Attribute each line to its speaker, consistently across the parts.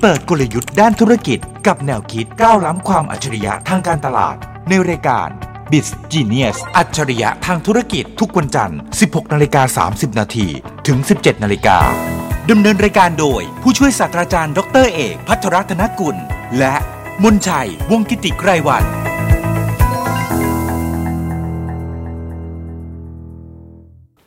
Speaker 1: เปิดกลยุทธ์ด้านธุรกิจกับแนวคิดก้าวล้ำความอัจฉริยะทางการตลาด ในรายการ b i z Genius อัจฉริยะทางธุรกิจทุกวันจันทร์ 16นาฬิกา30นาทีถึง 17นาฬิกาดำเนินรายการโดย ผู้ช่วยศาสตราจารย์ดรเอก พัทรรัตนกุล และมนชัย วงศ์กิติไกรวัน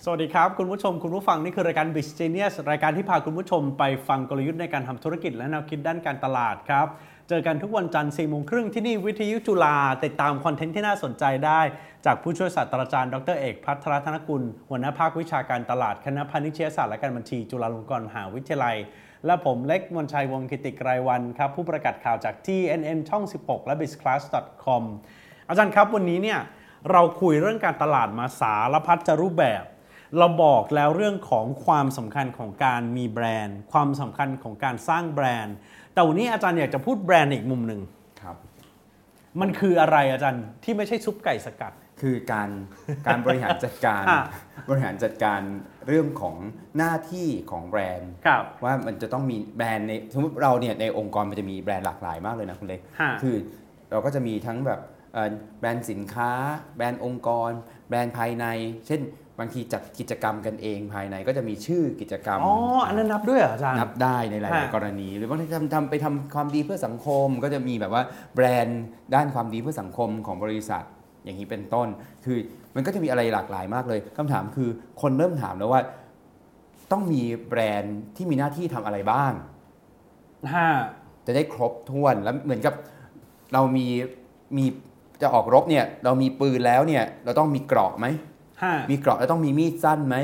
Speaker 2: สวัสดีครับ คุณผู้ชม คุณผู้ฟัง นี่คือรายการ b i z Genius รายการที่พาคุณผู้ชมไปฟังกลยุทธ์ในการทำธุรกิจและแนวคิดด้านการตลาดครับ เจอกันทุกวันจันทร์4โมงครึ่งที่นี่วิทยุจุฬาติดตามคอนเทนต์ที่น่าสนใจได้ จากผู้ช่วยศาสตราจารย์ดรเอกพัทรธนกุล หัวหน้าภาควิชาการตลาดคณะพาณิชยศาสตร์และการบัญชีจุฬาลงกรณ์มหาวิทยาลัย และผมเล็กมนชัยวงศ์กิติไกรวันครับผู้ประกาศข่าวจาก TNN ช่อง 16 และ bizclass.com อาจารย์ครับวันนี้เนี่ยเราคุยเรื่องการตลาดมาสารพัดจะรูปแบบ เราบอกแล้วเรื่องของความสำคัญของการมีแบรนด์ ความสำคัญของการสร้างแบรนด์ แต่วันนี้อาจารย์อยากจะพูดแบรนด์อีกมุมหนึ่ง
Speaker 3: ครับ
Speaker 2: มันคืออะไรอาจารย์ที่ไม่ใช่ซุปไก่สกัด
Speaker 3: คือการ การบริหารจัดการ
Speaker 2: อ่ะ
Speaker 3: บริหารจัดการเรื่องของหน้าที่ของแบรนด์
Speaker 2: ครับ
Speaker 3: ว่ามันจะต้องมีแบรนด์ในสมมติเราเนี่ยในองค์กรมันจะมีแบรนด์หลากหลายมากเลยนะคุณเล็ก
Speaker 2: ฮะ
Speaker 3: คือเราก็จะมีทั้งแบบเอ่อแบรนด์สินค้า แบรนด์องค์กร แบรนด์ภายใน เช่นบางทีจัดกิจกรรมกันเองภายในก็จะมีชื่อกิจกรรม
Speaker 2: อ๋ออันนั้นนับด้วยเหรออาจารย์
Speaker 3: นับได้ในหลาย
Speaker 2: ฮะ
Speaker 3: ๆกรณี หรือบางทีทำทำไปทำความดีเพื่อสังคม ก็จะมีแบบว่าแบรนด์ด้านความดีเพื่อสังคมของบริษัท อย่างนี้เป็นต้น คือมันก็จะมีอะไรหลากหลายมากเลยคำถามคือคนเริ่มถามแล้วว่า ต้องมีแบรนด์ที่มีหน้าที่ทำอะไรบ้าง
Speaker 2: ฮะ
Speaker 3: จะได้ครบถ้วนแล้วเหมือนกับเรามีมีจะออกรบเนี่ยเรามีปืนแล้วเนี่ยเราต้องมีเกราะไหม
Speaker 2: ฮะ
Speaker 3: มีเกราะแล้วต้องมีมีดสั้นไหม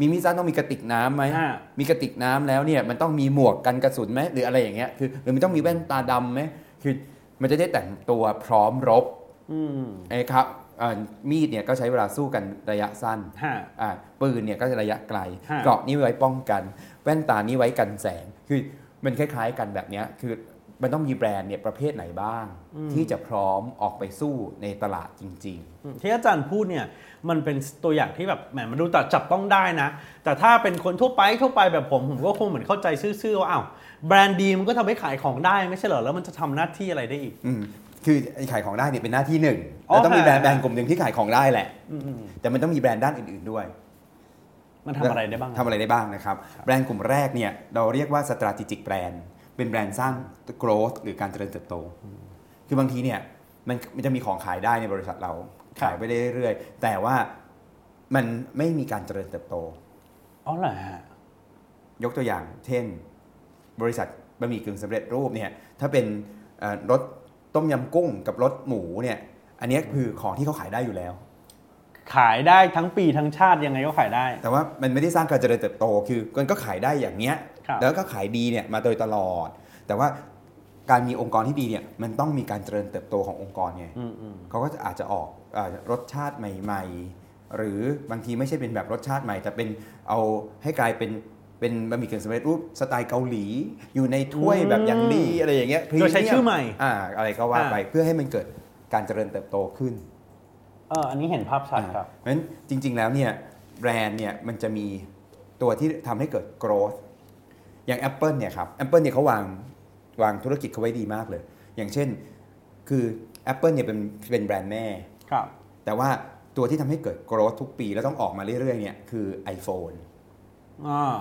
Speaker 3: มีมีดสั้นต้องมีกระติกน้ำไหม
Speaker 2: อ่า
Speaker 3: มีกระติกน้ำแล้วเนี่ยมันต้องมีหมวกกันกระสุนไหมหรืออะไรอย่างเงี้ย คือหรือมันต้องมีแว่นตาดำไหมคือมันจะได้แต่งตัวพร้อมรบ
Speaker 2: อืม
Speaker 3: ไอ้ครับเอ่อมีดเนี่ยก็ใช้เวลาสู้กันระยะสั้น
Speaker 2: ฮะ
Speaker 3: อ่าปืนเนี่ยก็จะระยะไกล
Speaker 2: ฮะ
Speaker 3: เกราะนี่ไว้ป้องกัน แว่นตานี่ไว้กันแสง คือมันคล้าย ๆ กันแบบเนี้ย คือมันต้องมีแบรนด์เนี่ยประเภทไหนบ้าง ที่จะพร้อมออกไปสู้ในตลาดจริง ๆ
Speaker 2: ที่อาจารย์พูดเนี่ยมันเป็นตัวอย่างที่แบบแหมมันดูแต่จับต้องได้นะ แต่ถ้าเป็นคนทั่วไปทั่วไปแบบผมผมก็คงเหมือนเข้าใจซื่อๆว่าอ้าวแบรนด์ดีมันก็ทำให้ขายของได้ไม่ใช่เหรอแล้วมันจะทำหน้าที่อะไรได้อีก
Speaker 3: อืมคือไอ้ขายของได้เนี่ยเป็นหน้าที่หนึ่ง
Speaker 2: อ๋อ
Speaker 3: แล้วต้องมีแบรน
Speaker 2: ค่ะ
Speaker 3: ด์แบรนด์กลุ่มหนึ่งที่ขายของได้แหละ แต่มันต้องมีแบรนด์ด้านอื่น ๆด้วย
Speaker 2: มันทำอะไรได้บ้างอะ
Speaker 3: ทำอะไรได้บ้างนะครับ แบรนด์กลุ่มแรกเนี่ยเราเรียกว่า strategic brand เป็นแบรนด์สร้าง growth หรือการเจริญเติบโต คือบางทีเนี่ยมันมันจะมีของขายได้ในบริษัทเรา
Speaker 2: ครับ
Speaker 3: ขายไปได้เรื่อยๆ แต่ว่ามันไม่มีการเจริญเติบโต
Speaker 2: อ๋อเหรอฮะ
Speaker 3: ยกตัวอย่าง เช่น บริษัทบะหมี่กึ่งสำเร็จรูปเนี่ยถ้าเป็นเอ่อรสต้มยำกุ้งกับรสหมูเนี่ยอันเนี้ยคือของที่เขาขายได้อยู่แล้ว
Speaker 2: ขายได้ทั้งปีทั้งชาติยังไงก็ขายได้
Speaker 3: แต่ว่ามันไม่ได้สร้างการเจริญเติบโต คือมันก็ขายได้อย่างเนี้ย
Speaker 2: ครับ
Speaker 3: แล้วก็ขายดีเนี่ยมาโดยตลอด แต่ว่าการมีองค์กรที่ดีเนี่ยมันต้องมีการเจริญเติบโตขององค์กรไง
Speaker 2: อืมอืม
Speaker 3: เขาก็จะอาจจะออกเอ่อรสชาติใหม่ ๆ หรือบางทีไม่ใช่เป็นแบบรสชาติใหม่ แต่เป็นเอาให้กลายเป็นเป็นบะหมี่กึ่งสำเร็จรูปสไตล์เกาหลี อยู่ในถ้วย
Speaker 2: อืม
Speaker 3: แบบอย่างดีอะไรอย่างเงี้ย premium
Speaker 2: โดยใช้ชื่อใหม่
Speaker 3: อ่าอะไรก็ว่าไป
Speaker 2: อ่า
Speaker 3: เพื่อให้มันเกิดการเจริญเติบโตขึ้น
Speaker 2: เอออันนี้เห็นภาพชัด
Speaker 3: อ่า
Speaker 2: ครับ
Speaker 3: เพราะฉะนั้นจริง ๆ แล้วเนี่ยแบรนด์เนี่ยมันจะมีตัวที่ทำให้เกิด growth อย่าง Apple เนี่ยครับ Apple เนี่ยเขาวางวางธุรกิจเขาไว้ดีมากเลย อย่างเช่นคือ Apple เนี่ยเป็นเป็นแบรนด์แม่
Speaker 2: ครับ
Speaker 3: แต่ว่าตัวที่ทำให้เกิด growth ทุกปี แล้วต้องออกมาเรื่อยๆเนี่ยคือ iPhone
Speaker 2: อ่า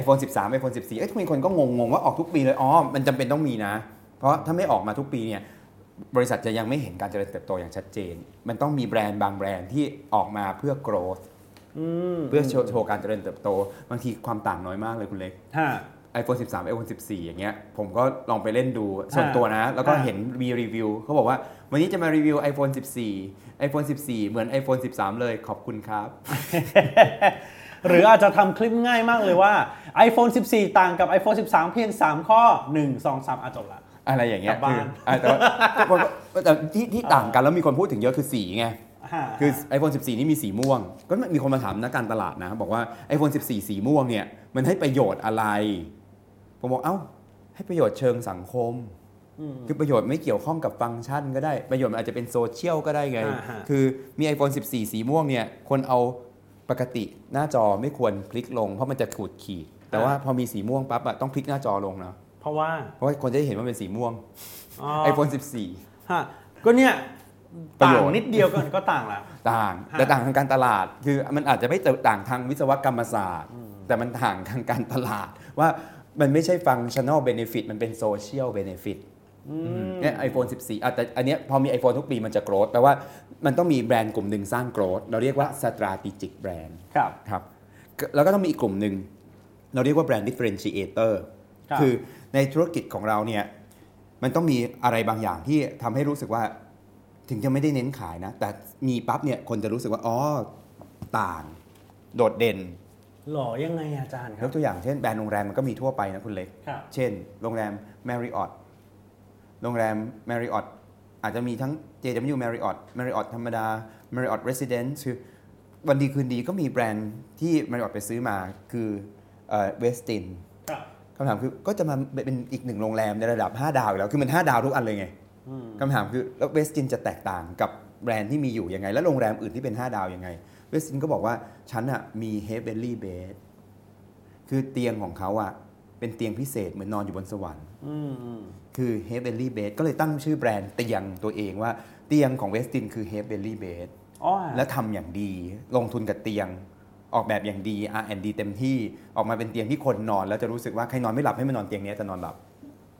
Speaker 3: iPhone 13 iPhone 14 เอ้ยทุกคนก็งงๆว่าออกทุกปีเลยอ๋อมันจำเป็นต้องมีนะ เพราะถ้าไม่ออกมาทุกปีเนี่ยบริษัทจะยังไม่เห็นการเจริญเติบโตอย่างชัดเจน มันต้องมีแบรนด์บางแบรนด์ที่ออกมาเพื่อ growth
Speaker 2: อืม
Speaker 3: เพื่อโชว์โชว์การเจริญเติบโต บางทีความต่างน้อยมากเลยคุณเล็ก
Speaker 2: ฮะ
Speaker 3: iPhone 13 iPhone 14 อย่างเงี้ยผมก็ลองไปเล่นดูส่วนตัวนะ แล้วก็
Speaker 2: อ่า
Speaker 3: เห็นมีรีวิวเขาบอกว่าวันนี้จะมารีวิว iPhone 14 iPhone 14 เหมือน iPhone 13 เลยขอบคุณครับ
Speaker 2: หรืออาจจะทำคลิปง่ายมากเลยว่า iPhone 14 ต่างกับ iPhone 13 เพียง 3 ข้อ 1 2 3อาจบละ
Speaker 3: อะไรอย่างเงี้ย
Speaker 2: กลับบ้าน
Speaker 3: คืออ่ะแต่ว่า แต่ว่าแต่ที่ที่ต่างกันแล้วมีคนพูดถึงเยอะคือสีไง
Speaker 2: ฮะ
Speaker 3: คือ iPhone 14 นี่มีสีม่วง ก็มีคนมาถามนักการตลาดนะ บอกว่า iPhone 14 สีม่วงเนี่ยมันให้ประโยชน์อะไร ผมบอกเอ้า ให้ประโยชน์เชิงสังคม
Speaker 2: ม
Speaker 3: คือประโยชน์ไม่เกี่ยวข้องกับฟังก์ชันก็ได้ ประโยชน์มันอาจจะเป็นโซเชียลก็ได้ไง
Speaker 2: อ่าฮะ
Speaker 3: คือมี iPhone 14 สีม่วงเนี่ยคนเอาปกติหน้าจอไม่ควรคลิกลงเพราะมันจะขูดขีด แต่ว่าพอมีสีม่วงปั๊บอะต้องคลิกหน้าจอลงนะ
Speaker 2: เพ ราะว่า
Speaker 3: เพราะว่าคนจะได้เห็นว่าเป็นสีม่วง
Speaker 2: อ๋อ
Speaker 3: ไอโฟน
Speaker 2: ฮะก็เนี่ย
Speaker 3: 14 ประ
Speaker 2: ต่า
Speaker 3: โย
Speaker 2: ง
Speaker 3: ชน์
Speaker 2: นิดเดียวก็ก็ต่างละ
Speaker 3: ต่าง
Speaker 2: ฮะ
Speaker 3: แต่ต่างทางการตลาด คือมันอาจจะไม่ต่างทางวิศวกรรมศาสตร์ แต่มันต่างทางการตลาด ว่ามันไม่ใช่ฟังชั่น l ลเบเนฟิตมันเป็นโซเชียลเบเนฟิต
Speaker 2: อืม
Speaker 3: เนี่ยไอโฟน14อ่ะแต่อันเนี้ยพอมี iPhone ทุกปีมันจะโกรธแปลว่ามันต้องมีแบรนด์กลุ่มหนึ่งสร้างโกรธเราเรียกว่า strategic brand
Speaker 2: ครับ
Speaker 3: ครับก็แล้วก็ต้องมีอีกกลุ่มหนึ่ง เราเรียกว่าแบรนด์ differentiator
Speaker 2: ครับ
Speaker 3: อในธุรกิจของเราเนี่ยมันต้องมีอะไรบางอย่างที่ทำให้รู้สึกว่าถึงจะไม่ได้เน้นขายนะ แต่มีปั๊บเนี่ยคนจะรู้สึกว่า อ๋อ ต่าง โดดเด่น
Speaker 2: หล่อยังไงอาจารย์ค
Speaker 3: ย
Speaker 2: รับ
Speaker 3: กตัวอย่างเช่นแบรนด์โรงแรมมันก็มีทั่วไปนะคุณเล็ก
Speaker 2: ครับ
Speaker 3: เช่น โรงแรม Marriott โรงแรม Marriott อาจจะมีทั้ง JW Marriott Marriott ธรรมดา Marriott Residence คือวันดีคืนดีก็มีแบรนด์ที่ Marriott ไปซื้อมาคือเวสติน
Speaker 2: ครับ
Speaker 3: คำถามคือก็จะมาเป็นอีกหนึ่งโรงแรมในระดับ 5 ดาวอยู่แล้ว คือมัน 5 ดาวทุกอันเลยไง
Speaker 2: อืม
Speaker 3: คำถามคือแล้วเวสตินจะแตกต่างกับแบรนด์ที่มีอยู่ยังไง และโรงแรมอื่นที่เป็น 5 ดาวยังไงเวสตินก็บอกว่าฉันอะมีเฮเบลลี่เบด คือเตียงของเขาอะเป็นเตียงพิเศษเหมือนนอนอยู่บนสวรรค์
Speaker 2: อืมอืม
Speaker 3: คือ Heavenly Bed ก็เลยตั้งชื่อแบรนด์เตียงตัวเองว่าเตียงของเวสตินคือ Heavenly Bed
Speaker 2: อ๋อ
Speaker 3: และทำอย่างดี ลงทุนกับเตียง ออกแบบอย่างดี R&D เต็มที่ออกมาเป็นเตียงที่คนนอน แล้วจะรู้สึกว่าใครนอนไม่หลับให้มานอนเตียงเนี้ยจะนอนหลับ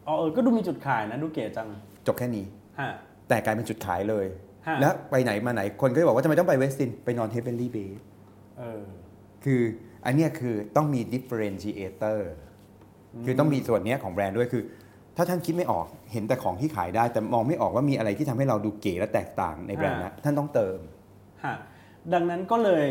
Speaker 2: อ๋อเออก็ดูมีจุดขายนะดูเก๋จัง
Speaker 3: จบแค่นี้
Speaker 2: ฮะ
Speaker 3: แต่กลายเป็นจุดขายเลย
Speaker 2: ฮะ
Speaker 3: แล้วไปไหนมาไหนคนก็จะบอกว่าทำไมต้องไปเวสตินไปนอน Heavenly Bed
Speaker 2: เออ
Speaker 3: คืออันเนี้ยคือต้องมี differentiator คือต้องมีส่วนเนี้ยของแบรนด์ด้วยคือ ถ้าท่านคิดไม่ออกเห็นแต่ของที่ขายได้ แต่มองไม่ออกว่ามีอะไรที่ทำให้เราดูเก๋และแตกต่างในแบรนด์นะท่านต้องเติม
Speaker 2: ฮะดังนั้นก็เลย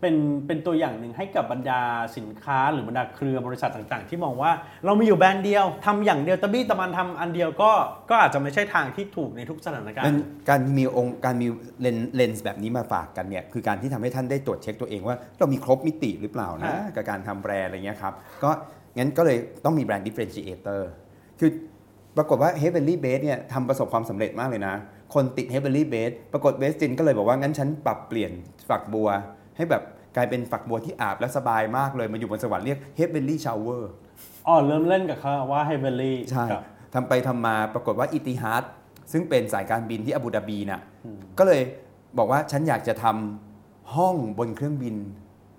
Speaker 2: เป็นเป็นตัวอย่างหนึ่งให้กับบรรดาสินค้าหรือบรรดาเครือบริษัทต่างๆ ที่มองว่าเรามีอยู่แบรนด์เดียวทำอย่างเดียวตะบี้ตะมันทำอันเดียวก็ก็อาจจะไม่ใช่ทางที่ถูกในทุกสถานการ
Speaker 3: มัน
Speaker 2: ณ์
Speaker 3: การมีองค์การมีเลนเลนส์แบบนี้มาฝากกันเนี่ยคือการที่ทำให้ท่านได้ตรวจเช็คตัวเองว่า เรามีครบมิติหรือเปล่านะ
Speaker 2: ฮะ
Speaker 3: กับการทำแบรนด์อะไรเงี้ยครับก็งั้นก็เลยต้องมีแบรนด์ differentiator คือปรากฏว่า Heavenly Base เนี่ยทำประสบความสำเร็จมากเลยนะ คนติด Heavenly Base ปรากฏเวสตินก็เลยบอกว่า งั้นฉันปรับเปลี่ยนฝักบัว ให้แบบกลายเป็นฝักบัวที่อาบและสบายมากเลย มันอยู่บนสวรรค์เรียก Heavenly Shower
Speaker 2: อ๋อเริ่มเล่นกับเขาว่าไฮเบอรี่
Speaker 3: ใช่ทำไปทำมาปรากฏว่าอิติฮัดซึ่งเป็นสายการบินที่อาบูดาบีน่ะก็เลยบอกว่าฉันอยากจะทำห้องบนเครื่องบิน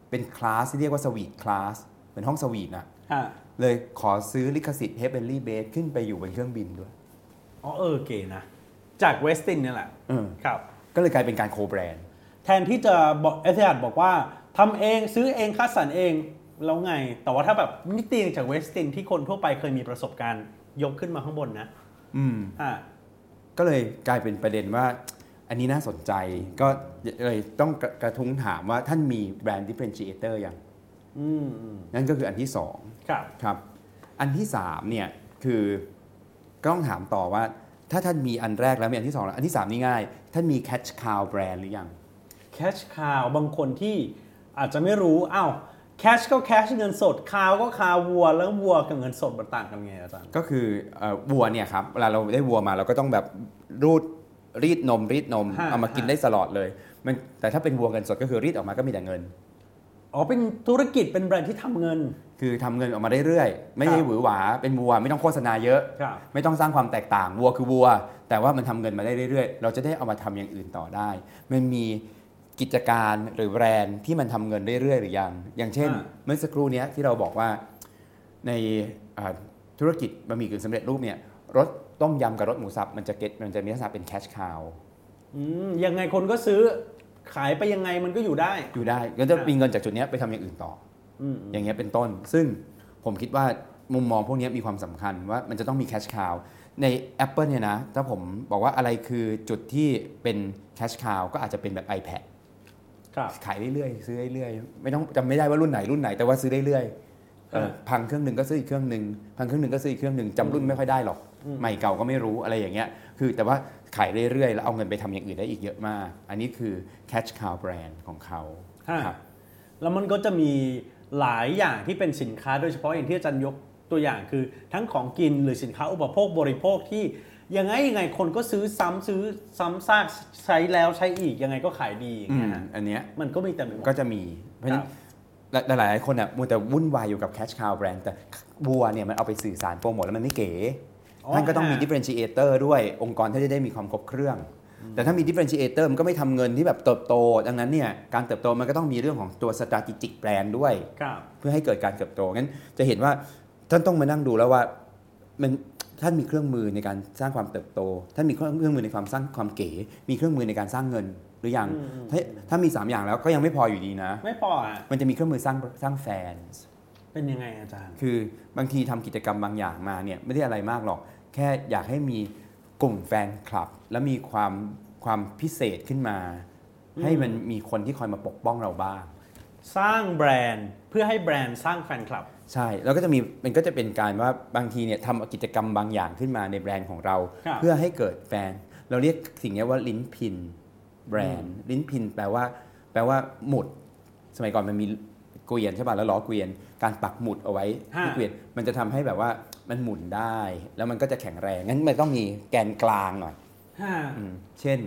Speaker 3: เป็นคลาสที่เรียกว่าสวีทคลาสเหมือนห้องสวีทน่ะ
Speaker 2: ฮะ
Speaker 3: เลยขอซื้อลิขสิทธิ์เฮเบอรี่เบสขึ้นไปอยู่บนเครื่องบินด้วย
Speaker 2: อ๋อเออเก๋นะ จากเวสตินเนี่ยแหละ
Speaker 3: เออ
Speaker 2: ครับ
Speaker 3: ก็เลยกลายเป็นการโคแบรนด์
Speaker 2: แทนที่จะบอกเอธิฮัดบอกว่าทำเองซื้อเองคัดสรรเองแล้วไง แต่ว่าถ้าแบบนิติจากเวสตินที่คนทั่วไปเคยมีประสบการณ์ยกขึ้นมาข้างบนนะ
Speaker 3: อืม
Speaker 2: อ่า
Speaker 3: ก็เลยกลายเป็นประเด็นว่า อันนี้น่าสนใจก็เลยต้องกระกระทุ้งถามว่าท่านมีแบรนด์ดิเฟนเชเตอร์ยัง
Speaker 2: อืมอืม
Speaker 3: นั่นก็คืออันที่สอง
Speaker 2: ครับ
Speaker 3: ครับอันที่3เนี่ยคือก็ต้องถามต่อว่า ถ้าท่านมีอันแรกแล้วมีอันที่ 2 แล้ว อันที่ 3 นี่ง่าย ท่านมี catch cow brand หรือยัง
Speaker 2: แคชคาวบางคนที่อาจจะไม่รู้อ้าวแคชก็แคชเงินสดคาวก็คาววัว แล้ววัวกับเงินสดมันต่างกันไงอาจารย์
Speaker 3: ก็คือเอ่อวัวเนี่ยครับเวลาเราได้วัวมาเราก็ต้องแบบรูดรีดนมรีดนม
Speaker 2: ฮะ
Speaker 3: เอามากิน
Speaker 2: ฮะ
Speaker 3: ได้ตลอดเลยมันแต่ถ้าเป็นวัวเงินสดก็คือรีดออกมาก็มีแต่เงิน
Speaker 2: อ๋อเป็นธุรกิจเป็นแบรนด์ที่ทำเงิน
Speaker 3: คือทำเงินออกมาเรื่อยๆไม่
Speaker 2: ค
Speaker 3: ได้
Speaker 2: รับ
Speaker 3: หวือหวาเป็นวัวไม่ต้องโฆษณาเยอะ
Speaker 2: ครับ
Speaker 3: ไม่ต้องสร้างความแตกต่างวัวคือวัว แต่ว่ามันทำเงินมาได้เรื่อยๆ เราจะได้เอามาทำอย่างอื่นต่อได้ มันมีกิจการหรือแบรนด์ที่มันทำเงินเรื่อยๆ หรือยัง อย่างเช่น เมื่อสักครู่เนี้ยที่เราบอกว่าในอ่าธุรกิจบะหมี่กึ่งสำเร็จรูปเนี่ยรถต้มยำกับรถหมูสับมันจะเก็ตมันจะมีลักษณะเป็นแคชคาว
Speaker 2: อืมยังไงคนก็ซื้อขายไปยังไงมันก็อยู่ได้
Speaker 3: อยู่ได้ก็จะมีเงินจากจุดเนี้ยไปทำอย่างอื่นต่ออ
Speaker 2: ม
Speaker 3: อย่างเงี้ยเป็นต้น ซึ่งผมคิดว่ามุมมองพวกเนี้ยมีความสำคัญว่ามันจะต้องมีแคชคาวใน Apple เนี่ยนะ ถ้าผมบอกว่าอะไรคือจุดที่เป็นแคชคาวก็อาจจะเป็นแบบ iPad
Speaker 2: ครับ
Speaker 3: ขายเรื่อยๆ ซื้อเรื่อยๆ ไม่ต้องจำไม่ได้ว่ารุ่นไหนรุ่นไหนแต่ว่าซื้อเรื่อยๆเออพังเครื่องหนึ่งก็ซื้ออีกเครื่องหนึ่งพังเครื่องหนึ่งก็ซื้ออีกเครื่องหนึ่งจำรุ่นไม่ค่อยได้หรอก ใหม่เก่าก็ไม่รู้อะไรอย่างเงี้ยคือแต่ว่าขายเรื่อยๆ แล้วเอาเงินไปทำอย่างอื่นได้อีกเยอะมาก อันนี้คือ cash cow brand ของเขา
Speaker 2: ฮะ
Speaker 3: ครับ
Speaker 2: แล้วมันก็จะมีหลายอย่างที่เป็นสินค้าโดยเฉพาะอย่างที่อาจารย์ยกตัวอย่างคือทั้งของกินหรือสินค้าอุปโภคบริโภคที่ยังไงยังไงคนก็ซื้อซ้ำซื้อซ้ำซากใช้แล้วใช้อีกยังไงก็ขายดีอย่างเงี้ย
Speaker 3: อืม
Speaker 2: ฮะ
Speaker 3: อันเนี้ย
Speaker 2: มันก็มีแต่ไม่หมด
Speaker 3: ก็จะมีเพราะฉะนั้
Speaker 2: ครั
Speaker 3: น
Speaker 2: บ
Speaker 3: หลายหลายๆคนอ่ะมัวแต่วุ่นวายอยู่กับแคชคาวแบรนด์แต่บัวเนี่ยมันเอาไปสื่อสารโปรโมทแล้วมันไม่เก๋
Speaker 2: อ๋อ
Speaker 3: นั่นก็ต้องมี
Speaker 2: ฮะ
Speaker 3: differentiator ด้วยองค์กรถ้าจะได้มีความครบเครื่อง แต่ถ้ามี differentiator มันก็ไม่ทำเงินที่แบบเติบโต ดังนั้นเนี่ยการเติบโตมันก็ต้องมีเรื่องของตัว strategic brand ด้วย
Speaker 2: ครับ
Speaker 3: เพื่อให้เกิดการเติบโตงั้นจะเห็นว่าท่านต้องมานั่งดูแล้วว่ามันท่านมีเครื่องมือในการสร้างความเติบโตท่านมีเครื่องเครื่องมือในความสร้างความเก๋ มีเครื่องมือในการสร้างเงินหรือยัง
Speaker 2: อืม
Speaker 3: ถ้าถ้ามี 3 อย่างแล้วก็ยังไม่พออยู่ดีนะ
Speaker 2: ไม่พออ่ะ
Speaker 3: มันจะมีเครื่องมือสร้างสร้างแฟน
Speaker 2: เป็นยังไงอาจารย์
Speaker 3: คือบางทีทำกิจกรรมบางอย่างมาเนี่ยไม่ได้อะไรมากหรอก แค่อยากให้มีกลุ่มแฟนคลับ แล้วมีความความพิเศษขึ้นมา
Speaker 2: อืม
Speaker 3: ให้มันมีคนที่คอยมาปกป้องเราบ้าง
Speaker 2: สร้างแบรนด์เพื่อให้แบรนด์สร้างแฟนคลับ
Speaker 3: ใช่แล้วก็จะมีมันก็จะเป็นการว่าบางทีเนี่ยทำกิจกรรมบางอย่างขึ้นมาในแบรนด์ของเรา
Speaker 2: ครับ
Speaker 3: เพื่อให้เกิดแฟน เราเรียกสิ่งเนี้ยว่าลิ้นพินแบรนด์ลิ้นพินแปลว่า แปลว่าหมุด สมัยก่อนมันมีเกวียนใช่ป่ะแล้วล้อเกวียน การปักหมุดเอาไว้ที่เกวียนมันจะทำให้แบบว่ามันหมุนได้ แล้วมันก็จะแข็งแรงงั้นมันต้องมีแกนกลางหน่อย
Speaker 2: ฮะ
Speaker 3: อืมเช่น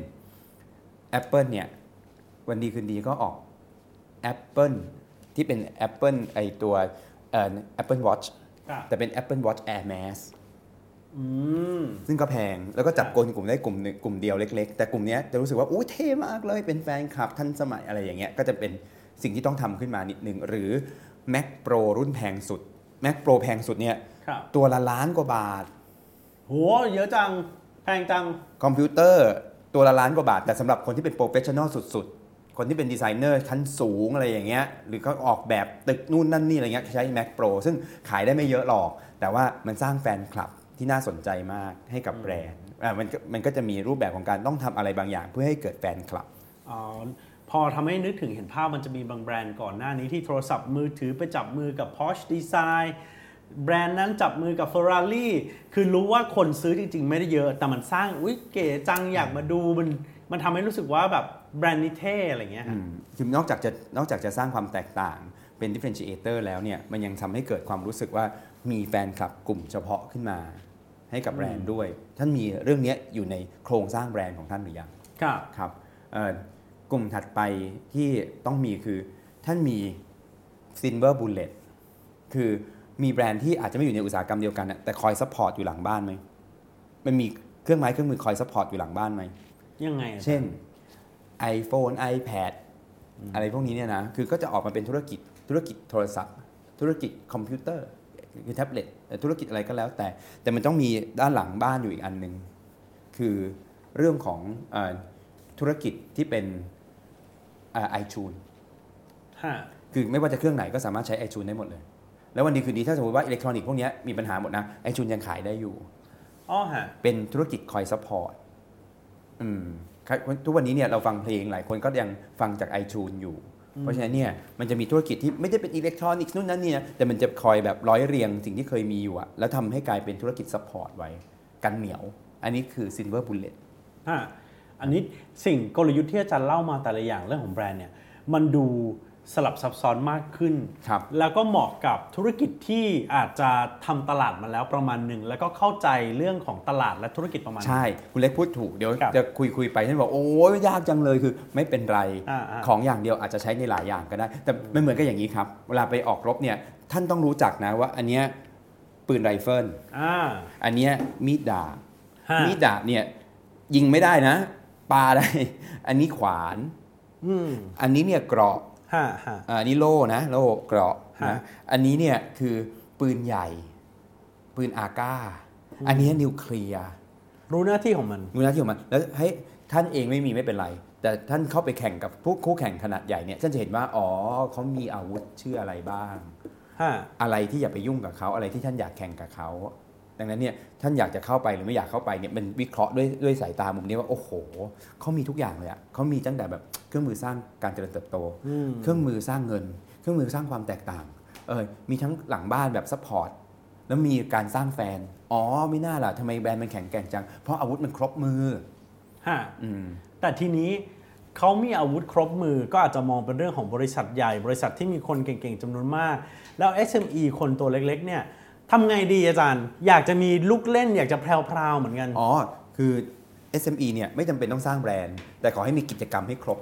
Speaker 3: Apple เนี่ย วันดีคืนดีก็ออก Apple ที่เป็น Apple ไอตัวเอ่อ Apple Watch
Speaker 2: ครับ
Speaker 3: แต่เป็น Apple Watch Air Max
Speaker 2: อืม
Speaker 3: ซึ่งก็แพง แล้วก็จับกลกลุ่มได้กลุ่มหนึ่งกลุ่มเดียวเล็กๆ แต่กลุ่มเนี้ยจะรู้สึกว่าอู้เท่มากเลยเป็นแฟนคลับทันสมัยอะไรอย่างเงี้ยก็จะเป็นสิ่งที่ต้องทำขึ้นมานิดหนึ่ง หรือ Mac Pro รุ่นแพงสุด Mac Pro แพงสุดเนี่ย
Speaker 2: ครับ
Speaker 3: ตัวละล้านกว่าบาท
Speaker 2: โหเยอะจัง แพงจัง
Speaker 3: คอมพิวเตอร์ตัวละล้านกว่าบาท แต่สำหรับคนที่เป็นโปรเฟชชั่นอลสุดๆ คนที่เป็นดีไซเนอร์ชั้นสูงอะไรอย่างเงี้ยหรือเขาออกแบบตึกนู่นนั่นนี่อะไรเงี้ยใช้ Mac Pro ซึ่งขายได้ไม่เยอะหรอก แต่ว่ามันสร้างแฟนคลับที่น่าสนใจมากให้กับแบรนด์อ่ะมันก็มันก็จะมีรูปแบบของการต้องทำอะไรบางอย่าง เพื่อให้เกิดแฟนคลับ
Speaker 2: อ๋อพอทำให้นึกถึงเห็นภาพมันจะมีบางแบรนด์ก่อนหน้านี้ที่โทรศัพท์มือถือไปจับมือกับ Porsche Design แบรนด์นั้นจับมือกับ Ferrari คือรู้ว่าคนซื้อจริง ๆ ไม่ได้เยอะ แต่มันสร้างอุ๊ยเก๋จังอยากมาดูมันมันทำให้รู้สึกว่าแบบแบรนด์นี้เท่อะไรอย่างเงี้ยฮะ
Speaker 3: อืมคือนอกจากจะนอกจากจะสร้างความแตกต่างเป็น differentiator แล้วเนี่ยมันยังทำให้เกิดความรู้สึกว่ามีแฟนคลับกลุ่มเฉพาะขึ้นมา ให้กับแบรนด์ด้วย ท่านมีเรื่องเนี้ยอยู่ในโครงสร้างแบรนด์ของท่านหรือยัง
Speaker 2: ครับ
Speaker 3: ครับเอ่อกลุ่มถัดไปที่ต้องมีคือท่านมี silver bullet คือมีแบรนด์ที่อาจจะไม่อยู่ในอุตสาหกรรมเดียวกันน่ะแต่คอยซัพพอร์ตอยู่หลังบ้านไหมมันมีเครื่องไม้เครื่องมือคอยซัพพอร์ตอยู่หลังบ้านไหม
Speaker 2: ยังไงอะ
Speaker 3: เช่น iPhone iPad อะไรพวกนี้เนี่ยนะ คือก็จะออกมาเป็นธุรกิจ ธุรกิจโทรศัพท์ ธุรกิจคอมพิวเตอร์คือแท็บเล็ตเอ่อธุรกิจอะไรก็แล้วแต่ แต่มันต้องมีด้านหลังบ้านอยู่อีกอันหนึ่ง คือเรื่องของเออธุรกิจที่เป็นไอชูน
Speaker 2: ฮะ
Speaker 3: คือไม่ว่าจะเครื่องไหนก็สามารถใช้ iTunes ได้หมดเลย แล้ววันดีคืนดีถ้าสมมติว่าอิเล็กทรอนิกส์พวกเนี้ยมีปัญหาหมดนะ iTunes ยังขายได้อยู่
Speaker 2: อ้อฮะ
Speaker 3: เป็นธุรกิจคอยซัพพอร์ตอืมครับทุกวันนี้เนี่ยเราฟังเพลงหลายคนก็ยังฟังจาก iTunes อยู่ เพราะฉะนั้นเนี่ยมันจะมีธุรกิจที่ไม่ได้เป็นอิเล็กทรอนิกส์นู่นนั่นนี่นะแต่มันจะคอยแบบร้อยเรียงสิ่งที่เคยมีอยู่อะแล้วทำให้กลายเป็นธุรกิจซัพพอร์ตไว้ กันเหนียว อันนี้คือ Silver Bullet
Speaker 2: ฮะอันนี้สิ่งกลยุทธ์ที่อาจารย์เล่ามาแต่ละอย่างเรื่องของแบรนด์เนี่ยมันดูสลับซับซ้อนมากขึ้น
Speaker 3: ครับ
Speaker 2: แล้วก็เหมาะกับธุรกิจที่อาจจะทำตลาดมาแล้วประมาณหนึ่ง แล้วก็เข้าใจเรื่องของตลาดและธุรกิจประมาณหนึ่ง
Speaker 3: ใช่ คุณเล็กพูดถูก เดี๋ยว
Speaker 2: ครับ
Speaker 3: จะคุยคุยไปท่านบอก โอ้ยยากจังเลยคือไม่เป็นไร
Speaker 2: อ่าๆ
Speaker 3: ของอย่างเดียวอาจจะใช้ในหลายอย่างก็ได้ แต่มันเหมือนกับอย่างนี้ครับ เวลาไปออกรบเนี่ยท่านต้องรู้จักนะว่าอันเนี้ยปืนไรเฟิล
Speaker 2: ่า
Speaker 3: อันเนี้ยมีดดาบ
Speaker 2: ฮะ
Speaker 3: มีดดาบเนี่ยยิงไม่ได้นะปาได้ อันนี้ขวาน
Speaker 2: อืม
Speaker 3: อันนี้เนี่ยเกราะ
Speaker 2: ฮะฮะ
Speaker 3: อ่าอันนี้โล่นะโล่เกราะ
Speaker 2: ฮะ
Speaker 3: นะอันนี้เนี่ยคือปืนใหญ่ ปืนอาก้า อันเนี้ยนิวเคลียร์
Speaker 2: รู้หน้าที่ของมัน
Speaker 3: มูลนิธิของมันแล้วให้ท่านเองไม่มีไม่เป็นไร แต่ท่านเข้าไปแข่งกับผู้คู่แข่งขนาดใหญ่เนี่ยท่านจะเห็นว่า อ๋อเขามีอาวุธชื่ออะไรบ้าง
Speaker 2: ฮะ
Speaker 3: อะไรที่อย่าไปยุ่งกับเขาอะไรที่ท่านอยากแข่งกับเขาดังนั้นเนี่ยท่านอยากจะเข้าไปหรือไม่อยากเข้าไปเนี่ยมันวิเคราะห์ด้วยด้วยสายตามุมนี้ว่าโอ้โหเขามีทุกอย่างเลยอะเขามีตั้งแต่แบบเครื่องมือสร้างการเจริญเติบโต
Speaker 2: อืม
Speaker 3: เครื่องมือสร้างเงิน เครื่องมือสร้างความแตกต่างเออมีทั้งหลังบ้านแบบซัพพอร์ตแล้วมีการสร้างแฟนอ๋อไม่น่าล่ะทำไมแบรนด์มันแข็งแกร่งจัง เพราะอาวุธมันครบมือ
Speaker 2: ฮะ
Speaker 3: อืม
Speaker 2: แต่ทีนี้เขามีอาวุธครบมือก็อาจจะมองเป็นเรื่องของบริษัทใหญ่ บริษัทที่มีคนเก่งๆจำนวนมาก แล้ว SME คนตัวเล็กๆ เนี่ยทำไงดีอาจารย์ อยากจะมีลูกเล่น อยากจะแพรวๆเหมือนกัน
Speaker 3: อ๋อ คือ SME เนี่ยไม่จำเป็นต้องสร้างแบรนด์ แต่ขอให้มีกิจกรรมให้ครบ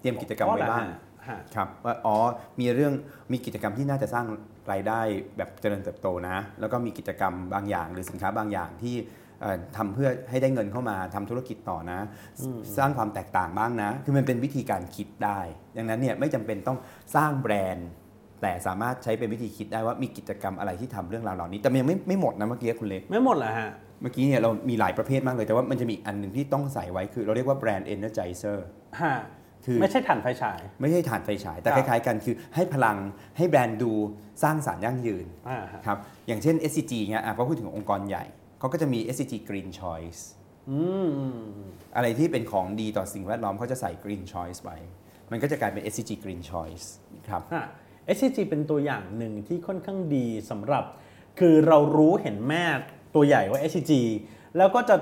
Speaker 3: เตรียมกิจกรรมไว้บ้าง
Speaker 2: อ๋อเหรอฮะ ฮะ
Speaker 3: ครับว่าอ๋อมีเรื่องมีกิจกรรมที่น่าจะสร้างรายได้แบบเจริญเติบโตนะ แล้วก็มีกิจกรรมบางอย่าง หรือสินค้าบางอย่างที่เอ่อทำเพื่อให้ได้เงินเข้ามาทำธุรกิจต่อนะ สร้างความแตกต่างบ้างนะ คือมันเป็นวิธีการคิดได้ ดังนั้นเนี่ยไม่จำเป็นต้องสร้างแบรนด์ แต่สามารถใช้เป็นวิธีคิดได้ว่ามีกิจกรรมอะไรที่ทำเรื่องราวเหล่านี้ แต่มันยังไม่ไม่หมดนะเมื่อกี้คุณเล็ก
Speaker 2: ไม่หมดเหรอฮะ
Speaker 3: เมื่อกี้เนี่ยเรามีหลายประเภทมากเลย แต่ว่ามันจะมีอีกอันหนึ่งที่ต้องใส่ไว้คือเราเรียกว่าแบรนด์เอเนอร์จเซอร์
Speaker 2: ฮะ
Speaker 3: คือ
Speaker 2: ไม่ใช่ถ่านไฟฉาย
Speaker 3: ไม่ใช่ถ่านไฟฉายแต่
Speaker 2: ค
Speaker 3: ครับ ล้ายๆกันคือให้พลังให้แบรนด์ดูสร้างสารรค์ยั่งยืน
Speaker 2: อ่าฮะ
Speaker 3: ครับอย่างเช่น SCG เนี่ยอ่ะพอพูดถึงองค์กรใหญ่เขาก็จะมี SCG Green Choice
Speaker 2: อืมอืมอืม
Speaker 3: อะไรที่เป็นของดีต่อสิ่งแวดล้อมเขาจะใส่ Green Choice ไป มันก็จะกลายเป็น SCG Green Choice ครับ
Speaker 2: ฮะ SCG เป็นตัวอย่างหนึ่งที่ค่อนข้างดีสำหรับ คือเรารู้เห็นแม่ตัวใหญ่ว่า SCG แล้วก็จะ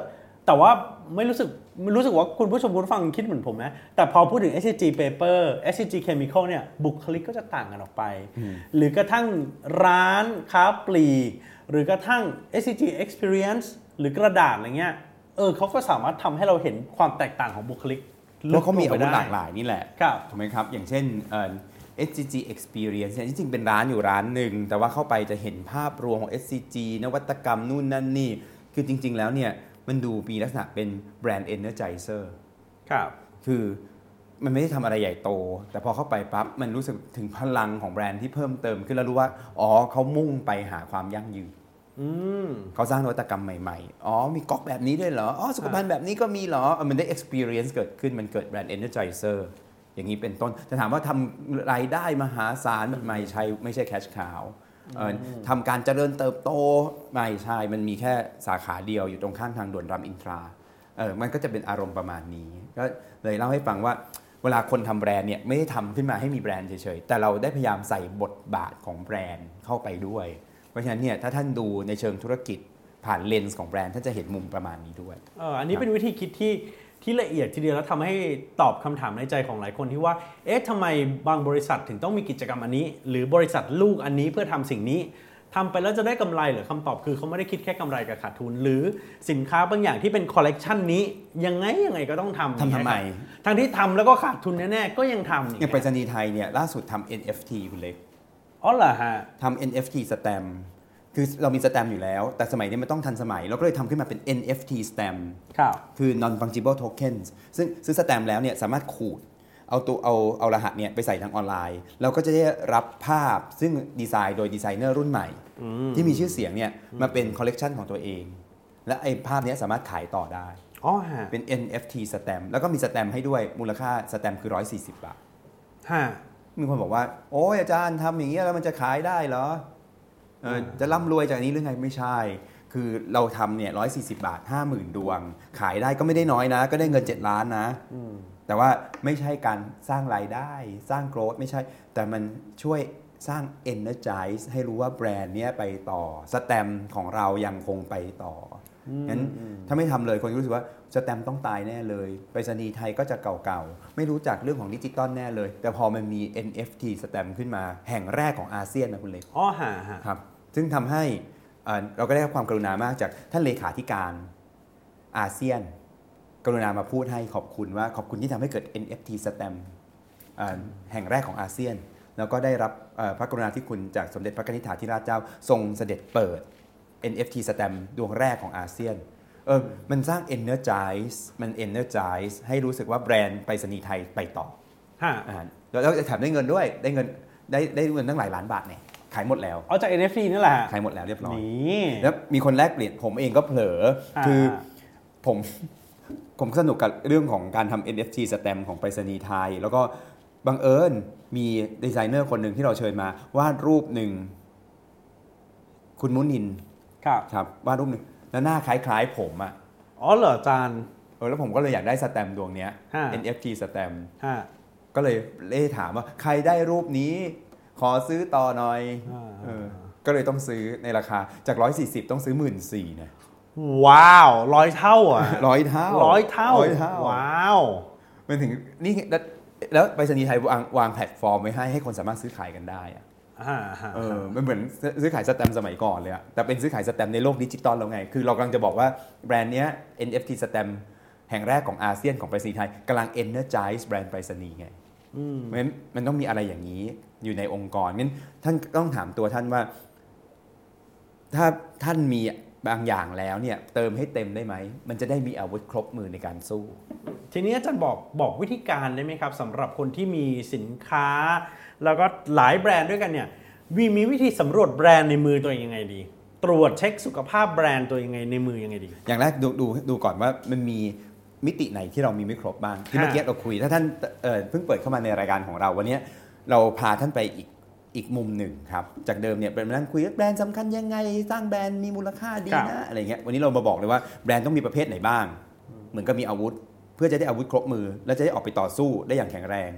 Speaker 2: แต่ว่าไม่รู้สึกไม่รู้สึกว่าคุณผู้ชมคุณผู้ฟังคิดเหมือนผมนะ แต่พอพูดถึง SCG paper SCG chemical เนี่ยบุคลิกก็จะต่างกันออกไป หรือกระทั่งร้านค้าปลีก หรือกระทั่ง SCG experience หรือกระดาษอะไรเงี้ยเออเขาก็สามารถทำให้เราเห็นความแตกต่างของบุคลิก
Speaker 3: เพราะเขามี
Speaker 2: ง
Speaker 3: อา
Speaker 2: ไป
Speaker 3: วุธ
Speaker 2: ได้
Speaker 3: หลากหลายนี่แหละ
Speaker 2: ครับ
Speaker 3: ถูกไหมครับ อย่างเช่นเอ่อ SCG Experience เนี่ยจริงๆ เป็นร้านอยู่ร้านหนึ่ง แต่ว่าเข้าไปจะเห็นภาพรวมของ SCG นวัตกรรมนู่นนั่นนี่ คือจริงๆ แล้วเนี่ย มันดูมีลักษณะเป็นแบรนด์ Energizer
Speaker 2: ครับ
Speaker 3: คือมันไม่ได้ทำอะไรใหญ่โต แต่พอเข้าไปปั๊บ มันรู้สึกถึงพลังของแบรนด์ที่เพิ่มเติมขึ้นแล้วรู้ว่า อ๋อเขามุ่งไปหาความยั่งยืน
Speaker 2: อืม
Speaker 3: เขาสร้างนวัตกรรมใหม่ ๆ อ๋อ มีก๊อกแบบนี้ด้วยเหรอ อ๋อ สุขภัณฑ์แบบนี้ก็มีเหรอเออมันได้ experience เกิดขึ้น มันเกิดแบรนด์ energizer อย่างนี้เป็นต้น จะถามว่าทำรายได้มหาศาลไม่ใช่ไม่ใช่ cash cow เอ่อทำการเจริญเติบโตไม่ใช่ มันมีแค่สาขาเดียวอยู่ตรงข้างทางด่วนรามอินทราเออมันก็จะเป็นอารมณ์ประมาณนี้ ก็เลยเล่าให้ฟังว่า เวลาคนทำแบรนด์เนี่ยไม่ได้ทำขึ้นมาให้มีแบรนด์เฉยๆ แต่เราได้พยายามใส่บทบาทของแบรนด์เข้าไปด้วย เพราะฉะนั้นเนี่ยถ้าท่านดูในเชิงธุรกิจผ่านเลนส์ของแบรนด์ท่านจะเห็นมุมประมาณนี้ด้วย
Speaker 2: เอ่ออันนี้
Speaker 3: ครับ
Speaker 2: เป็นวิธีคิดที่ที่ละเอียดทีเดียวแล้วทำให้ตอบคำถามในใจของหลายคนที่ว่า เอ๊ะทำไมบางบริษัทถึงต้องมีกิจกรรมอันนี้ หรือบริษัทลูกอันนี้เพื่อทำสิ่งนี้ทำไปแล้วจะได้กำไรเหรือคำตอบคือเขาไม่ได้คิดแค่กำไรกับขาดทุน หรือสินค้าบางอย่างที่เป็นคอลเลกชันนี้ยังไงยังไงก็ต้องทำ
Speaker 3: ทำทำไม
Speaker 2: ทั้งที่ทำแล้วก็ขาดทุนแน่ๆก็ยังทำ
Speaker 3: อย่างไปรษณีย์ไทยเนี่ยล่าสุดทำ NFT คุณเล็ก
Speaker 2: อ๋อเหรอฮะ
Speaker 3: ทำ NFT สแตมป์คือเรามีสแตมป์อยู่แล้ว แต่สมัยนี้มันต้องทันสมัย เราก็เลยทำขึ้นมาเป็น NFT สแตมป์
Speaker 2: ครับ
Speaker 3: คือ non fungible tokens ซึ่งซื้อสแตมป์แล้วเนี่ยสามารถขูด เอาตัวเอาเอารหัสเนี่ยไปใส่ทางออนไลน์ เราก็จะได้รับภาพซึ่งดีไซน์โดยดีไซเนอร์รุ่นใหม่ ที่มีชื่อเสียงเนี่ยมาเป็นคอลเลกชันของตัวเอง และไอ้ภาพเนี้ยสามารถขายต่อได้
Speaker 2: อ๋อฮะ
Speaker 3: เป็น NFT สแตมป์แล้วก็มีสแตมป์ให้ด้วยมูลค่าสแตมป์คือ 140 บาท
Speaker 2: ฮะ
Speaker 3: มีคนบอกว่า โอ้ยอาจารย์ทำอย่างเงี้ยแล้วมันจะขายได้เหรอเออจะร่ำรวยจากอันนี้หรือไงไม่ใช่ คือเราทำเนี่ยร้อยสี่สิบาทห้าหมื่นดวง ขายได้ก็ไม่ได้น้อยนะ ก็ได้เงิน 7 ล้านนะ แต่ว่าไม่ใช่การสร้างรายได้สร้างโกรธไม่ใช่ แต่มันช่วยสร้าง energize ให้รู้ว่าแบรนด์เนี้ยไปต่อสแตมป์ของเรายังคงไปต่อองั้นถ้าไม่ทำเลยคนก็รู้สึกว่าสแตมป์ต้องตายแน่เลยไปรษณีย์ไทยก็จะเก่าๆ ไม่รู้จักเรื่องของดิจิตอลแน่เลย แต่พอมันมี NFT สแตมป์ขึ้นมาแห่งแรกของอาเซียนนะคุณเล็ก
Speaker 2: อ๋อฮะฮะ
Speaker 3: ครับซึ่งทำให้เอ่อเราก็ได้รับความกรุณามากจากท่านเลขาธิการอาเซียน กรุณามาพูดให้ขอบคุณว่าขอบคุณที่ทำให้เกิด NFT Stamp เอ่อแห่งแรกของอาเซียน แล้วก็ได้รับเอ่อพระกรุณาธิคุณจากสมเด็จพระนิธิถาธิราชเจ้า ทรงเสด็จเปิด NFT Stamp ดวงแรกของอาเซียนเออมันสร้าง energize มัน energize ให้รู้สึกว่าแบรนด์ไปรษณีย์ไทยไปต่อ
Speaker 2: ฮะ
Speaker 3: อ่าแล้วแล้วแถมได้เงินด้วยได้เงินได้ได้เงินตั้งหลายล้านบาทเนี่ยขายหมดแล้ว
Speaker 2: เอาจาก NFT นี่แหละฮะ
Speaker 3: ขายหมดแล้วเรียบร้อย
Speaker 2: นี่
Speaker 3: แล้วมีคนแลกเปลี่ยนผมเองก็เผลอ
Speaker 2: อ่า
Speaker 3: คือผม ผมสนุกกับเรื่องของการทำ NFT สแตมป์ของไปรษณีย์ไทย แล้วก็บังเอิญมีดีไซเนอร์คนหนึ่งที่เราเชิญมาวาดรูปหนึ่ง คุณมุนิน
Speaker 2: ครับ
Speaker 3: ครับวาดรูปหนึ่งแล้วหน้าคล้ายๆ ผมอะ
Speaker 2: อ๋อเหรออาจารย์
Speaker 3: เออแล้วผมก็เลยอยากได้สแตมป์ดวงเนี้ย
Speaker 2: อ่า
Speaker 3: NFT สแตมป์
Speaker 2: ฮะ
Speaker 3: ก็เลยเล่ถามว่าใครได้รูปนี้ ขอซื้อต่อหน่อย
Speaker 2: อ่า
Speaker 3: เออก็เลยต้องซื้อในราคาจาก 140 ต้องซื้อ 1 4ื่นสี่นะ
Speaker 2: ว้าวร้อยเท่า อ่ะ
Speaker 3: ร้อยเท่า
Speaker 2: ร้อยเท่า
Speaker 3: ร้อยเท่า
Speaker 2: ว้าว
Speaker 3: มันถึงนี่แล้วแล้วไปรษณีย์ไทยวางวางแพลตฟอร์มไว้ให้ให้คนสามารถซื้อขายกันได้อะ
Speaker 2: อ่าฮะ
Speaker 3: เออมันเหมือนซื้อซื้อขายสแตมป์สมัยก่อนเลยอะแต่เป็นซื้อขายสแตมป์ในโลกดิจิตอลแล้วไง คือเรากำลังจะบอกว่าแบรนด์เนี้ย NFT สแตมป์แห่งแรกของอาเซียนของไปรษณีย์ไทยกำลัง energize แบรนด์ไปรษณีย์ไง
Speaker 2: อืม
Speaker 3: เพราะฉะนั้นมันต้องมีอะไรอย่างนี้อยู่ในองค์กรงั้นท่านต้องถามตัวท่านว่า ถ้าท่านมีบางอย่างแล้วเนี่ย เติมให้เต็มได้ไหม มันจะได้มีอาวุธครบมือในการสู้
Speaker 2: ทีนี้อาจารย์บอกบอกวิธีการได้ไหมครับสำหรับคนที่มีสินค้า แล้วก็หลายแบรนด์ด้วยกันเนี่ยวีมีวิธีสำรวจแบรนด์ในมือตัวเองยังไงดี ตรวจเช็คสุขภาพแบรนด์ตัวเองยังไงในมือยังไงดี
Speaker 3: อย่างแรกดูดูดูก่อนว่ามันมีมิติไหนที่เรามีไม่ครบบ้าง ที่
Speaker 2: ค่ะ
Speaker 3: เมื่อกี้เราคุย ถ้าท่านเอ่อเพิ่งเปิดเข้ามาในรายการของเราวันเนี้ยเราพาท่านไปอีกอีกมุมหนึ่งครับ จากเดิมเนี่ยเป็นมานั่งคุยว่าแบรนด์สำคัญยังไง สร้างแบรนด์มีมูลค่าดี
Speaker 2: ครั
Speaker 3: นะ
Speaker 2: บ
Speaker 3: อะไรเงี้ยวันนี้เรามาบอกเลยว่าแบรนด์ต้องมีประเภทไหนบ้าง เหมือนกับมีอาวุธ เพื่อจะได้อาวุธครบมือ และจะได้ออกไปต่อสู้ได้อย่างแข็งแรง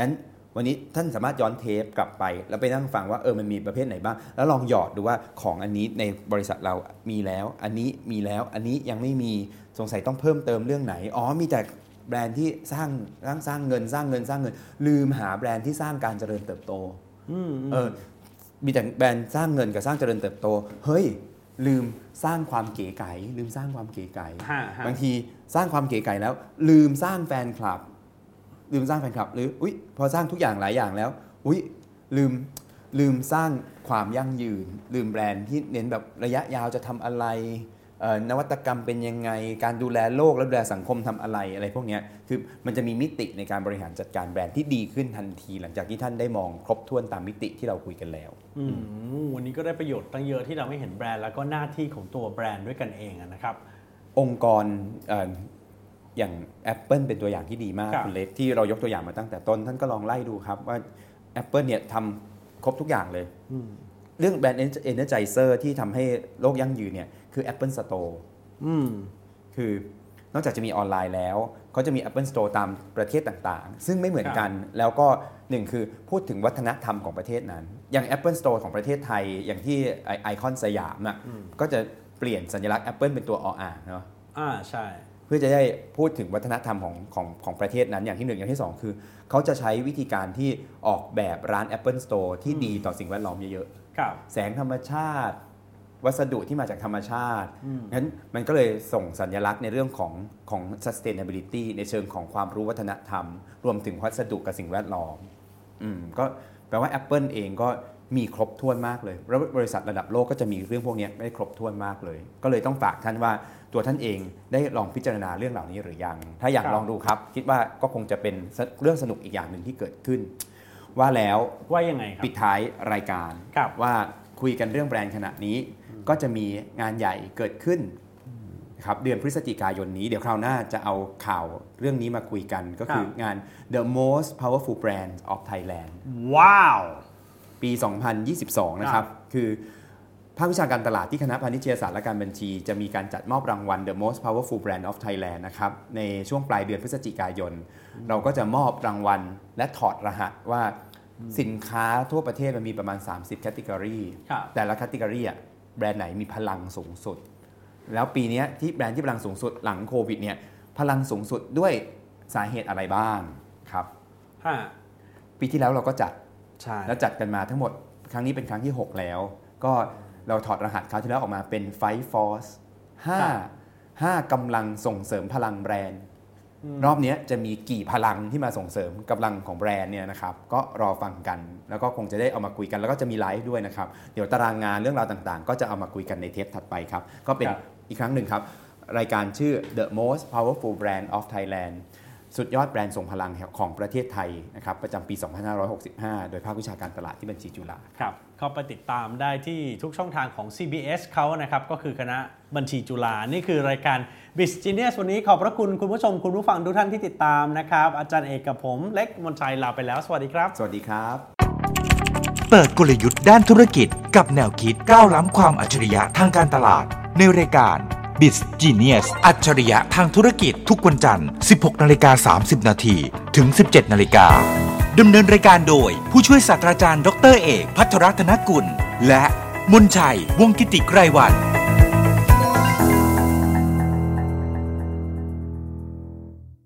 Speaker 3: งั้นวันนี้ท่านสามารถย้อนเทปกลับไป แล้วไปนั่งฟังว่าเออมันมีประเภทไหนบ้าง แล้วลองหยอดดูว่าของอันนี้ในบริษัทเรามีแล้ว อันนี้มีแล้ว อันนี้ยังไม่มีสงสัยต้องเพิ่มเติมเรื่องไหน อ๋อมีแต่แบรนด์ที่สร้างสร้างสร้างเงินสร้างเงินสร้างเงิน ลืมหาแบรนด์ที่สร้างการเจริญเติบโต
Speaker 2: อืม
Speaker 3: เออ มีแต่แบรนด์สร้างเงินกับสร้างเจริญเติบโต เฮ้ย ลืมสร้างความเก๋ไก๋ลืมสร้างความเก๋ไก๋
Speaker 2: ฮะฮะ
Speaker 3: บางทีสร้างความเก๋ไก๋แล้ว ลืมสร้างแฟนคลับ ลืมสร้างแฟนคลับ หรืออุ้ยพอสร้างทุกอย่างหลายอย่างแล้วอุ้ยลืมลืมสร้างความยั่งยืน ลืมแบรนด์ที่เน้นแบบระยะยาวจะทำอะไรเอ่อนวัตกรรมเป็นยังไง การดูแลโลกและดูแลสังคมทำอะไรอะไรพวกเนี้ยคือมันจะมีมิติในการบริหารจัดการแบรนด์ที่ดีขึ้นทันที หลังจากที่ท่านได้มองครบถ้วนตามมิติที่เราคุยกันแล้ว
Speaker 2: อืมวันนี้ก็ได้ประโยชน์ตั้งเยอะที่เราไม่เห็นแบรนด์แล้วก็หน้าที่ของตัวแบรนด์ด้วยกันเองอะนะครับ
Speaker 3: องค์กรเอ่ออย่าง Apple เป็นตัวอย่างที่ดีมาก
Speaker 2: ครับ
Speaker 3: คุณเล็กที่เรายกตัวอย่างมาตั้งแต่ต้น ท่านก็ลองไล่ดูครับว่า Apple เนี่ยทำครบทุกอย่างเลย
Speaker 2: อืม
Speaker 3: เรื่องแบรนด์ Energizer ที่ทำให้โลกยั่งยืนเนี่ยคือ Apple Store
Speaker 2: อืม
Speaker 3: คือนอกจากจะมีออนไลน์แล้วเขาจะมี Apple Store ตามประเทศต่างๆ ซึ่งไม่เหมือนกันแล้วก็หนึ่งคือพูดถึงวัฒนธรรมของประเทศนั้น อย่าง Apple Store ของประเทศไทยอย่างที่ไอคอนสยามอ่ะก็จะเปลี่ยนสัญลักษณ์ Apple เป็นตัวออ่างเนาะ
Speaker 2: อ่าใช่
Speaker 3: เพื่อจะได้พูดถึงวัฒนธรรมของของของประเทศนั้นอย่างที่หนึ่งอย่างที่สองคือ เขาจะใช้วิธีการที่ออกแบบร้าน Apple Store ที่ดีต่อสิ่งแวดล้อมเยอะ
Speaker 2: ครับ
Speaker 3: ๆ แสงธรรมชาติ วัสดุที่มาจากธรรมชาติ
Speaker 2: อืม
Speaker 3: งั้นมันก็เลยส่งสัญลักษณ์ในเรื่องของของ sustainability ในเชิงของความรู้วัฒนธรรม รวมถึงวัสดุกับสิ่งแวดล้อมอืมก็แปลว่า Apple เองก็มีครบถ้วนมากเลยแล้วบริษัทระดับโลกก็จะมีเรื่องพวกเนี้ยได้ครบถ้วนมากเลย ก็เลยต้องฝากท่านว่าตัวท่านเองได้ลองพิจารณาเรื่องเหล่านี้หรือยัง ถ้าอยาก
Speaker 2: ครับ
Speaker 3: ลองดูครับ คิดว่าก็คงจะเป็นเรื่องสนุกอีกอย่างหนึ่งที่เกิดขึ้น ว่าแล้ว
Speaker 2: ว่ายังไงครับ
Speaker 3: ปิดท้ายรายการ
Speaker 2: ครับ
Speaker 3: ว่าคุยกันเรื่องแบรนด์ขณะนี้ ก็จะมีงานใหญ่เกิดขึ้นครับเดือนพฤศจิกายนนี้ เดี๋ยวคราวหน้าจะเอาข่าวเรื่องนี้มาคุยกันก็คื
Speaker 2: ครับ
Speaker 3: งาน The Most Powerful Brands of Thailand
Speaker 2: ว้าว
Speaker 3: ปี 2022 นะครับ คือภาควิชาการตลาดที่คณะพาณิชยศาสตร์และการบัญชี จะมีการจัดมอบรางวัล The Most Powerful Brand of Thailand นะครับ ในช่วงปลายเดือนพฤศจิกายน เราก็จะมอบรางวัลและถอดรหัสว่าสินค้าทั่วประเทศมันมีประมาณ 30 c a t e g o r y
Speaker 2: ครับ
Speaker 3: แต่ละ c a t e g o r y อะแบรนด์ไหนมีพลังสูงสุด แล้วปีเนี้ยที่แบรนด์ที่พลังสูงสุดหลังโควิดเนี่ยพลังสูงสุดด้วยสาเหตุอะไรบ้างครับ
Speaker 2: ฮะ
Speaker 3: ปีที่แล้วเราก็จัด
Speaker 2: ใช่
Speaker 3: แล้วจัดกันมาทั้งหมดครั้งนี้เป็นครั้งที่ 6 แล้ว ก็เราถอดรหัสคราวที่แล้วออกมาเป็น Fight Force 5 5กำลังส่งเสริมพลังแบรนด์ รอบเนี้ยจะมีกี่พลังที่มาส่งเสริมกำลังของแบรนด์เนี่ยนะครับ ก็รอฟังกัน แล้วก็คงจะได้เอามาคุยกัน แล้วก็จะมีไลฟ์ด้วยนะครับ เดี๋ยวตารางงานเรื่องราวต่างๆ ก็จะเอามาคุยกันในเทปถัดไปครับ ก็เป็นอีกครั้งหนึ่งครับ รายการชื่อ The Most Powerful Brand of Thailand สุดยอดแบรนด์ทรงพลังแห่งของประเทศไทยนะครับประจำปี 2565 โดยภาควิชาการตลาดที่บัญชีจุฬา
Speaker 2: ครับเข้าไปติดตามได้ที่ทุกช่องทางของ CBS เขานะครับ ก็คือคณะบัญชีจุฬานี่คือรายการ b i z g e n i u s วันนี้ขอบพระคุณคุณผู้ชมคุณผู้ฟังทุกท่านที่ติดตามนะครับ อาจารย์เอกกับผมเล็กมนชัยลาไปแล้ว สวัสดีครับ
Speaker 3: สวัสดีครับ
Speaker 1: เปิดกลยุทธ์ด้านธุรกิจกับแนวคิดก้าวล้ำความอัจฉริยะทางการตลาด ในรายการ b i z g e n i u s อัจฉริยะทางธุรกิจทุกวันจันทร์ 16นาฬิกา30นาทีถึง 17นาฬิกาดำเนินรายการโดย ผู้ช่วยศาสตราจารย์ดรเอก พัทรรัตนกุล และมนชัยวงศ์กิติไกรวัน